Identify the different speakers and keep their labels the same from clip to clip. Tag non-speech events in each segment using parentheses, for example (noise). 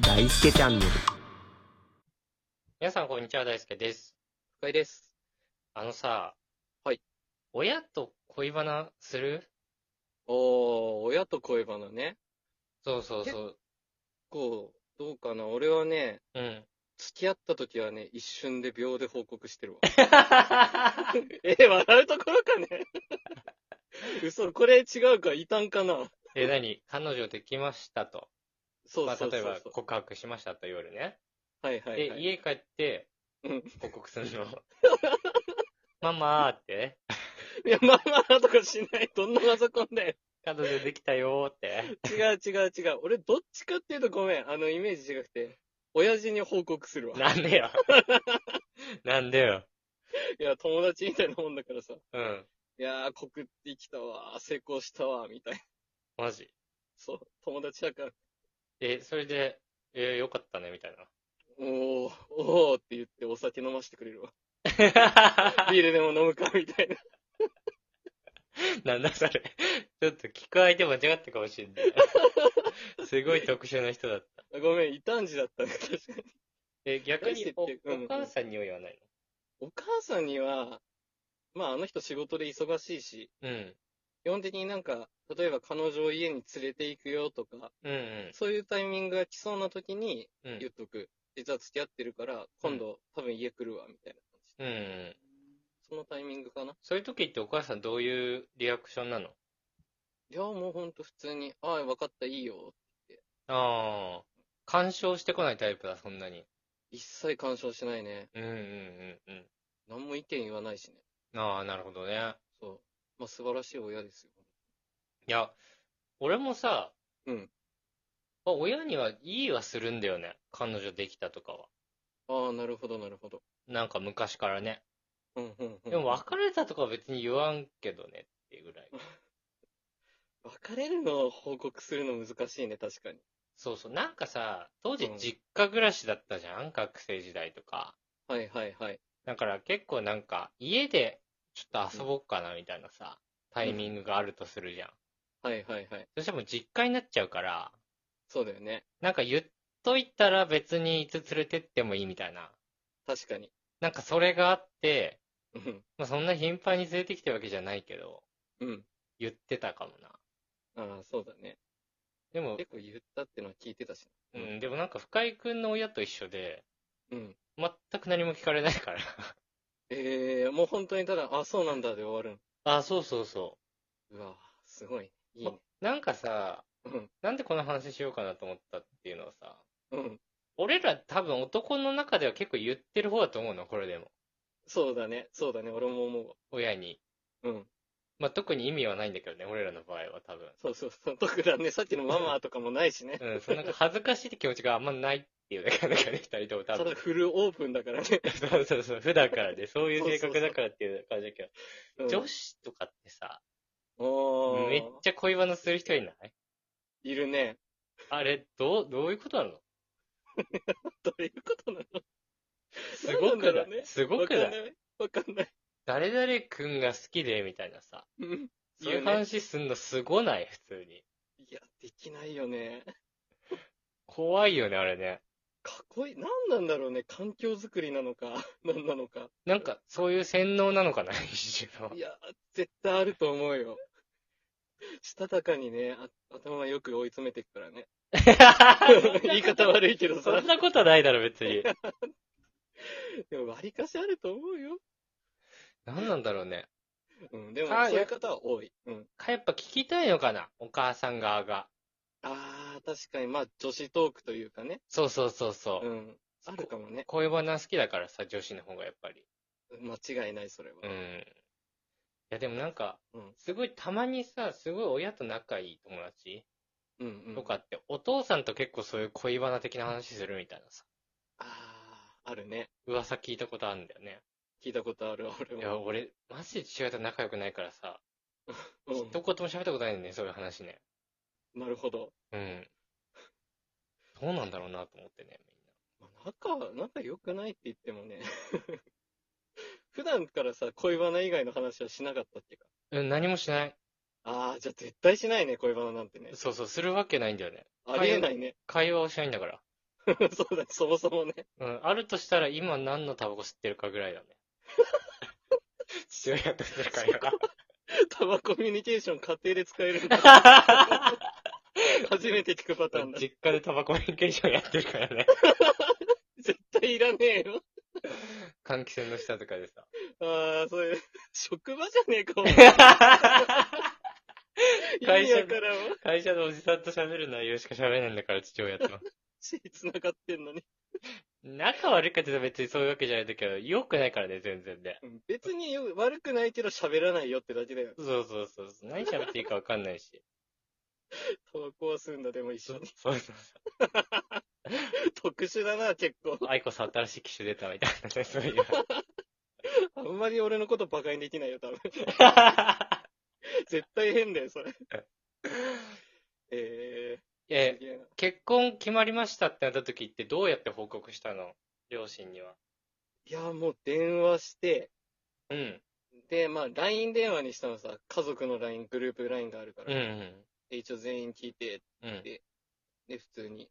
Speaker 1: 大輔チャンネル。
Speaker 2: 皆さん、こんにちは。大輔です。
Speaker 3: 深井です。
Speaker 2: あのさ、
Speaker 3: はい。
Speaker 2: 親と恋バナする
Speaker 3: おー、親と恋バナね。
Speaker 2: そうそうそう。
Speaker 3: こう、どうかな。俺はね、
Speaker 2: うん。
Speaker 3: (laughs) 付き合った時はね、一瞬で秒で報告してるわ。 (laughs) え、笑うところかね (laughs) 嘘、これ違うか、異端かな。
Speaker 2: え、何彼女できましたと。
Speaker 3: そう
Speaker 2: まあ、
Speaker 3: そうそう
Speaker 2: 例えば
Speaker 3: そう、
Speaker 2: 告白しましたと夜ね。
Speaker 3: はいはい、は
Speaker 2: で、
Speaker 3: い。
Speaker 2: 家帰って
Speaker 3: うん、
Speaker 2: 報告するの。 (laughs) ママーって、
Speaker 3: いや、まあまあとかしない。どんなパソコンだよ。
Speaker 2: 彼女できたよー
Speaker 3: (laughs)
Speaker 2: って。
Speaker 3: 違う違う違う。俺、どっちかっていうとごめん。あの、イメージ違くて。親父に報告するわ。
Speaker 2: なんでよ。なんでよ。
Speaker 3: いや、友達みたいなもんだからさ。
Speaker 2: うん。
Speaker 3: いやー、告ってきたわー、成功したわー、みたいな。
Speaker 2: マジ。
Speaker 3: そう、友達だから。
Speaker 2: え、それで、えー、よかったね、みたいな。
Speaker 3: おー、おーって言ってお酒飲ませてくれるわ。 (laughs) ビールでも飲むかみたいな。
Speaker 2: なんだそれ。ちょっと聞く相手間違ったかもしれ
Speaker 3: (laughs)
Speaker 2: ない。すごい特殊な人だった。
Speaker 3: ごめん、異端児だったね、確かに。
Speaker 2: え、逆にお、お
Speaker 3: 返してってうんうん
Speaker 2: 母さんには言わない
Speaker 3: お母さんには、まああの人仕事で忙しいし、
Speaker 2: のうん。
Speaker 3: 基本的になんか、例えば彼女を家に連れて行くよとか、
Speaker 2: うん
Speaker 3: そういうタイミングが来そうな時に
Speaker 2: うん。うん
Speaker 3: 言っとく。実は付き合ってるから、今度多分家来るわ、みたいな感じ。
Speaker 2: うんうん。
Speaker 3: そのタイミングかな。
Speaker 2: そういう時ってお母さんどういうリアクションなの
Speaker 3: いや、もうほんと普通に、ああ、わかった、いいよ。
Speaker 2: ああ。干渉してこないタイプだ、そんなに。
Speaker 3: 一切干渉しないね。
Speaker 2: うんうんうんうん。
Speaker 3: 何も意見言わないしね。
Speaker 2: ああ、なるほどね。
Speaker 3: そう。まあ素晴らしい親ですよ。
Speaker 2: いや、俺もさ、
Speaker 3: うん。
Speaker 2: まあ親には、いいはするんだよね。彼女できたとかは。
Speaker 3: ああ、なるほど、なるほど。
Speaker 2: なんか昔からね。
Speaker 3: うんうんうん。
Speaker 2: でも別れたとかは別に言わんけどねっていうぐらい。
Speaker 3: 別れるのを報告するの難しいね、確かに。
Speaker 2: そうそう。なんかさ、当時
Speaker 3: うん
Speaker 2: 実家暮らしだったじゃん学生時代とか。
Speaker 3: はいはいはい。
Speaker 2: だから結構なんか、家でちょっと遊ぼっかなみたいなさ、タイミングがあるとするじゃん。
Speaker 3: はいはいはい。
Speaker 2: そしてもう実家になっちゃうから、
Speaker 3: そうだよね。
Speaker 2: なんか言っといたら別にいつ連れてってもいいみたいな。
Speaker 3: 確かに。
Speaker 2: なんかそれがあって、
Speaker 3: うん。
Speaker 2: まあ、そんな頻繁に連れてきてるわけじゃないけど、
Speaker 3: うん。
Speaker 2: 言ってたかもな。
Speaker 3: ああ、そうだね。
Speaker 2: でも、
Speaker 3: 結構言ったってのは聞いてたし。
Speaker 2: う
Speaker 3: うん
Speaker 2: ん、でもなんか深井くんの親と一緒で、
Speaker 3: うん。
Speaker 2: 全く何も聞かれないから。
Speaker 3: ええー、もう本当にただ、あそうなんだで終わる
Speaker 2: あ、そうそうそう。
Speaker 3: の。うわすごい。いいね。
Speaker 2: なんかさ、
Speaker 3: うん
Speaker 2: なんでこの話しようかなと思ったっていうのはさ、
Speaker 3: うん。
Speaker 2: 俺ら多分男の中では結構言ってる方だと思うの、これでも。
Speaker 3: そうだね。そうだね。俺も思うわ。
Speaker 2: 親に。
Speaker 3: うん。
Speaker 2: まあ、特に意味はないんだけどね、俺らの場合は多分。
Speaker 3: そうそうそう。特段ね、さっきのママとかもないしね。
Speaker 2: うん、そのなんか恥ずかしいって気持ちがあんまないっていうだけだからね、二人と (laughs) も多
Speaker 3: ただ
Speaker 2: 分。
Speaker 3: フルオープンだからね。
Speaker 2: そうそうそう、普段からで、そういう性格だからっていう感じだけど、
Speaker 3: うん
Speaker 2: 女子とかってさ、
Speaker 3: おー
Speaker 2: めっちゃ恋バナする人いない
Speaker 3: いるね。 (laughs)
Speaker 2: あれ、どう、どういうことなの
Speaker 3: どういうことなの
Speaker 2: すごく
Speaker 3: なん
Speaker 2: な
Speaker 3: だろ
Speaker 2: いう
Speaker 3: ね
Speaker 2: すごくない
Speaker 3: わかんない。
Speaker 2: 誰々くんが好きで、みたいなさ。
Speaker 3: うん。
Speaker 2: そういう話すんのすごない、普通に。
Speaker 3: いや、できないよね。
Speaker 2: 怖いよね、あれね。
Speaker 3: かっこいい。何なんだろうね。環境づくりなのか、 (laughs) 何なのか。
Speaker 2: なんか、そういう洗脳なのかな、 (laughs) 一種の
Speaker 3: い。や、絶対あると思うよ。したたかにね、あ頭よく追い詰めていくから (laughs) ね。
Speaker 2: (laughs)
Speaker 3: 言い方悪いけど
Speaker 2: そ
Speaker 3: さ (laughs)
Speaker 2: ん。なことはないだろ、別に。
Speaker 3: でも割かしあると思うよ。
Speaker 2: 何なんだろうね。
Speaker 3: うん、でも
Speaker 2: あ
Speaker 3: そういう方は多い。うん。
Speaker 2: か、やっぱ聞きたいのかな、お母さん側が。
Speaker 3: あー、確かに、まあ、女子トークというかね。
Speaker 2: そうそうそうそう。
Speaker 3: うん。あるかもね。
Speaker 2: 恋バナ好きだからさ、女子の方がやっぱり。
Speaker 3: 間違いない、それは。
Speaker 2: うん。いや、でもなんか
Speaker 3: うん、
Speaker 2: すごいたまにさ、すごい親と仲いい友達
Speaker 3: うん、うん。
Speaker 2: とかって、お父さんと結構そういう恋バナ的な話するみたいなさ、
Speaker 3: あー、あるね。
Speaker 2: 噂聞いたことあるんだよね。
Speaker 3: 聞いたことある、 (laughs) 俺
Speaker 2: い
Speaker 3: も。
Speaker 2: や、俺、マジで父親と仲良くないからさ、
Speaker 3: うん
Speaker 2: 一言も喋ったことないんだよね、そういう話ね。
Speaker 3: なるほど。
Speaker 2: うん。どうなんだろうなと思ってね、
Speaker 3: まあ仲、仲良くないって言ってもね。 (laughs) 普段からさ、恋バナ以外の話はしなかったっていうか。
Speaker 2: みんな。うん、何もしない。
Speaker 3: ああ、じゃあ絶対しないね、恋バナなんてね。
Speaker 2: そうそう、するわけないんだよね。
Speaker 3: ありえないね。 (laughs)
Speaker 2: 会話をしないんだから。
Speaker 3: そうだ、そもそもね。
Speaker 2: うん、あるとしたら今何のタバコ吸ってるかぐら
Speaker 3: (laughs)
Speaker 2: いだね。父親と世界は。
Speaker 3: タバコミュニケーション家庭で使える
Speaker 2: (laughs)
Speaker 3: んだ。
Speaker 2: 実
Speaker 3: 初めて聞くパターンだ。
Speaker 2: 家でタバコミュニケーションやってるからね。
Speaker 3: 絶対いらねえよ。
Speaker 2: 換気扇の下とかで
Speaker 3: (laughs)
Speaker 2: さ。
Speaker 3: ああ、それ、職場じゃねえか、お前。
Speaker 2: 会
Speaker 3: 会
Speaker 2: 社
Speaker 3: 社からは、
Speaker 2: (laughs) 会社のおじさんと喋る内容しか喋れないんだから父親と。
Speaker 3: 血繋がってんのに。
Speaker 2: 仲悪いかって言ったら別にそういうわけじゃないんだけど、良くないからね、全然ね。
Speaker 3: うん別によ悪くないけど喋らないよってだけだよ。
Speaker 2: そうそうそうそう。何喋っていいかわかんないし。
Speaker 3: タバコは吸うんだ、でも一
Speaker 2: そ
Speaker 3: 緒
Speaker 2: う
Speaker 3: に。
Speaker 2: そうそう。
Speaker 3: 特殊だな、結構。
Speaker 2: 愛子さん新しい機種出たみたいなね、そう (laughs) いう。
Speaker 3: あんまり俺のことバカにできないよ、多分。 (laughs) 絶対変だよ、それ。えー、
Speaker 2: え
Speaker 3: す、げえな
Speaker 2: 結婚決まりましたってなった時ってどうやって報告したの両親には。
Speaker 3: いや、もう電話して、
Speaker 2: うん。
Speaker 3: で、まあ、LINE 電話にしたのさ、家族の LINE、グループ LINE があるか
Speaker 2: う
Speaker 3: ら、
Speaker 2: ん
Speaker 3: で一応全員聞いて、
Speaker 2: うん。うん。
Speaker 3: で、普通に、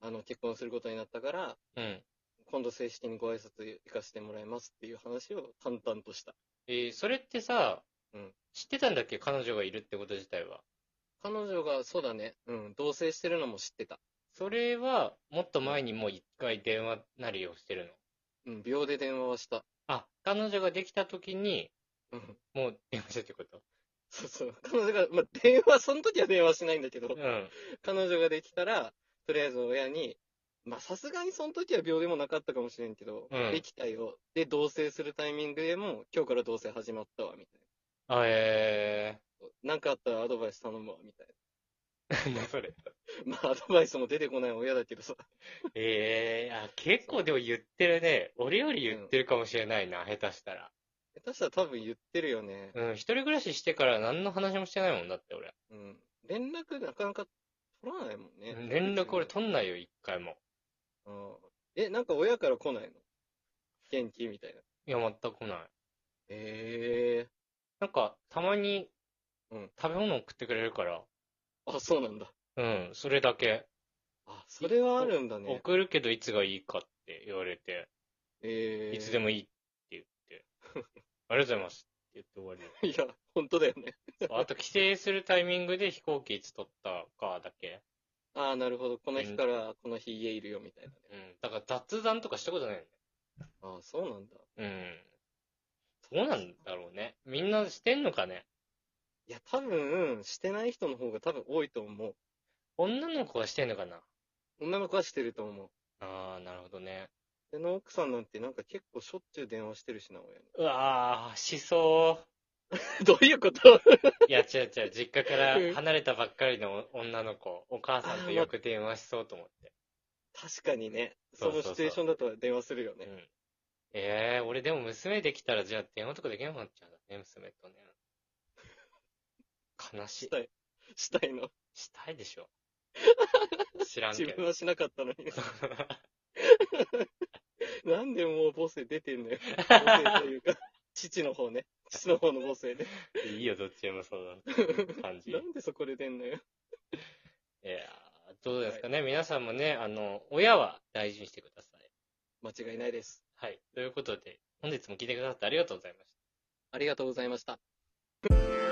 Speaker 3: あの、結婚することになったから、
Speaker 2: うん。
Speaker 3: 今度正式にご挨拶行かせてもらいますっていう話を淡々とした。
Speaker 2: えーそれってさ、
Speaker 3: うん
Speaker 2: 知ってたんだっけ彼女がいるってこと自体は。
Speaker 3: 彼女が、そうだね、うん、同棲してるのも知ってた。
Speaker 2: それは、もっと前にもう一回電話なりをしてるの。
Speaker 3: うん、秒で電話はした。
Speaker 2: あ、彼女ができた時に、
Speaker 3: うん。
Speaker 2: もう電話したってこと
Speaker 3: そうそう。彼女が、まあ、電話、その時は電話しないんだけど
Speaker 2: う、ん。
Speaker 3: 彼女ができたら、とりあえず親に、まあ、さすがにその時は秒でもなかったかもしれんけど、
Speaker 2: うん
Speaker 3: できたよ。で、同棲するタイミングでも、今日から同棲始まったわ、みたい
Speaker 2: あ、え
Speaker 3: な。なんかあったらアドバイス頼むわ、みたい
Speaker 2: ー、 (laughs) なんだそれ。
Speaker 3: な。 (laughs) まあ、アドバイスも出てこない親だけどさ。
Speaker 2: えー、あ、結構でも言ってるね。俺より言ってるかもしれないな、下手したら。
Speaker 3: 下手したら多分言ってるよね。
Speaker 2: うん、一人暮らししてから何の話もしてないもんだって、俺。
Speaker 3: うん。連絡なかなか取らないもんね。
Speaker 2: 連絡俺取んないよ、一回も。
Speaker 3: うん。え、なんか親から来ないの元気みたいな。
Speaker 2: いや、全く来ない。
Speaker 3: ええ
Speaker 2: なんか、たまに、
Speaker 3: うん
Speaker 2: 食べ物送ってくれるから、
Speaker 3: あ、そうなんだ。
Speaker 2: うん、それだけ。
Speaker 3: あ、それはあるんだね。
Speaker 2: 送るけどいつがいいかって言われて、
Speaker 3: ええ
Speaker 2: いつでもいいって言って、 (laughs) ありがとうございますって言って終わりだよ。
Speaker 3: いや、本当だよね。
Speaker 2: あと、帰省するタイミングで飛行機いつ取ったかだけ。
Speaker 3: ああ、なるほど。この日からこの日家いるよ、みたいなね。
Speaker 2: うん。だから雑談とかしたことないよ
Speaker 3: ああ、そうなんだ。
Speaker 2: ね。うん。そうなんだろうね。みんなしてんのかね。
Speaker 3: いや、多分、してない人の方が多分多いと思う。
Speaker 2: 女の子はしてんのかな。
Speaker 3: 女の子はしてると思う。
Speaker 2: あー、なるほどね。
Speaker 3: で、の奥さんなんてなんか結構しょっちゅう電話してるし
Speaker 2: (laughs)
Speaker 3: な、親に。
Speaker 2: うわー、しそう。
Speaker 3: どういうこと
Speaker 2: いや、違う違う、実家から
Speaker 3: うん
Speaker 2: 離れたばっかりの女の子、お母さんとよく電話しそうと思って。
Speaker 3: 確かにね。
Speaker 2: そ
Speaker 3: そう
Speaker 2: そう
Speaker 3: の
Speaker 2: そう
Speaker 3: シチュエーションだと電話するよ
Speaker 2: う
Speaker 3: ね。
Speaker 2: ん。ええー、俺でも娘できたら、じゃあ電話とかできなくなっちゃうんだね、娘とね。悲しい
Speaker 3: し。たい。したいの。
Speaker 2: したいでしょ。知らんけ
Speaker 3: 自分
Speaker 2: ど。
Speaker 3: はしなかったのに。なんでもう母性出てんのよ。
Speaker 2: (laughs)
Speaker 3: 母性というか、父の方ね。父の方の母性ね。
Speaker 2: いいよ、どっちでもそん (laughs) な感じ
Speaker 3: な。んでそこで出んのよ。
Speaker 2: いやーどうですかね、皆さんもね、あの、親は大事にしてください。
Speaker 3: 間違いないです。
Speaker 2: はい。ということで、本日も聞いてくださってありがとうございました。
Speaker 3: ありがとうございました。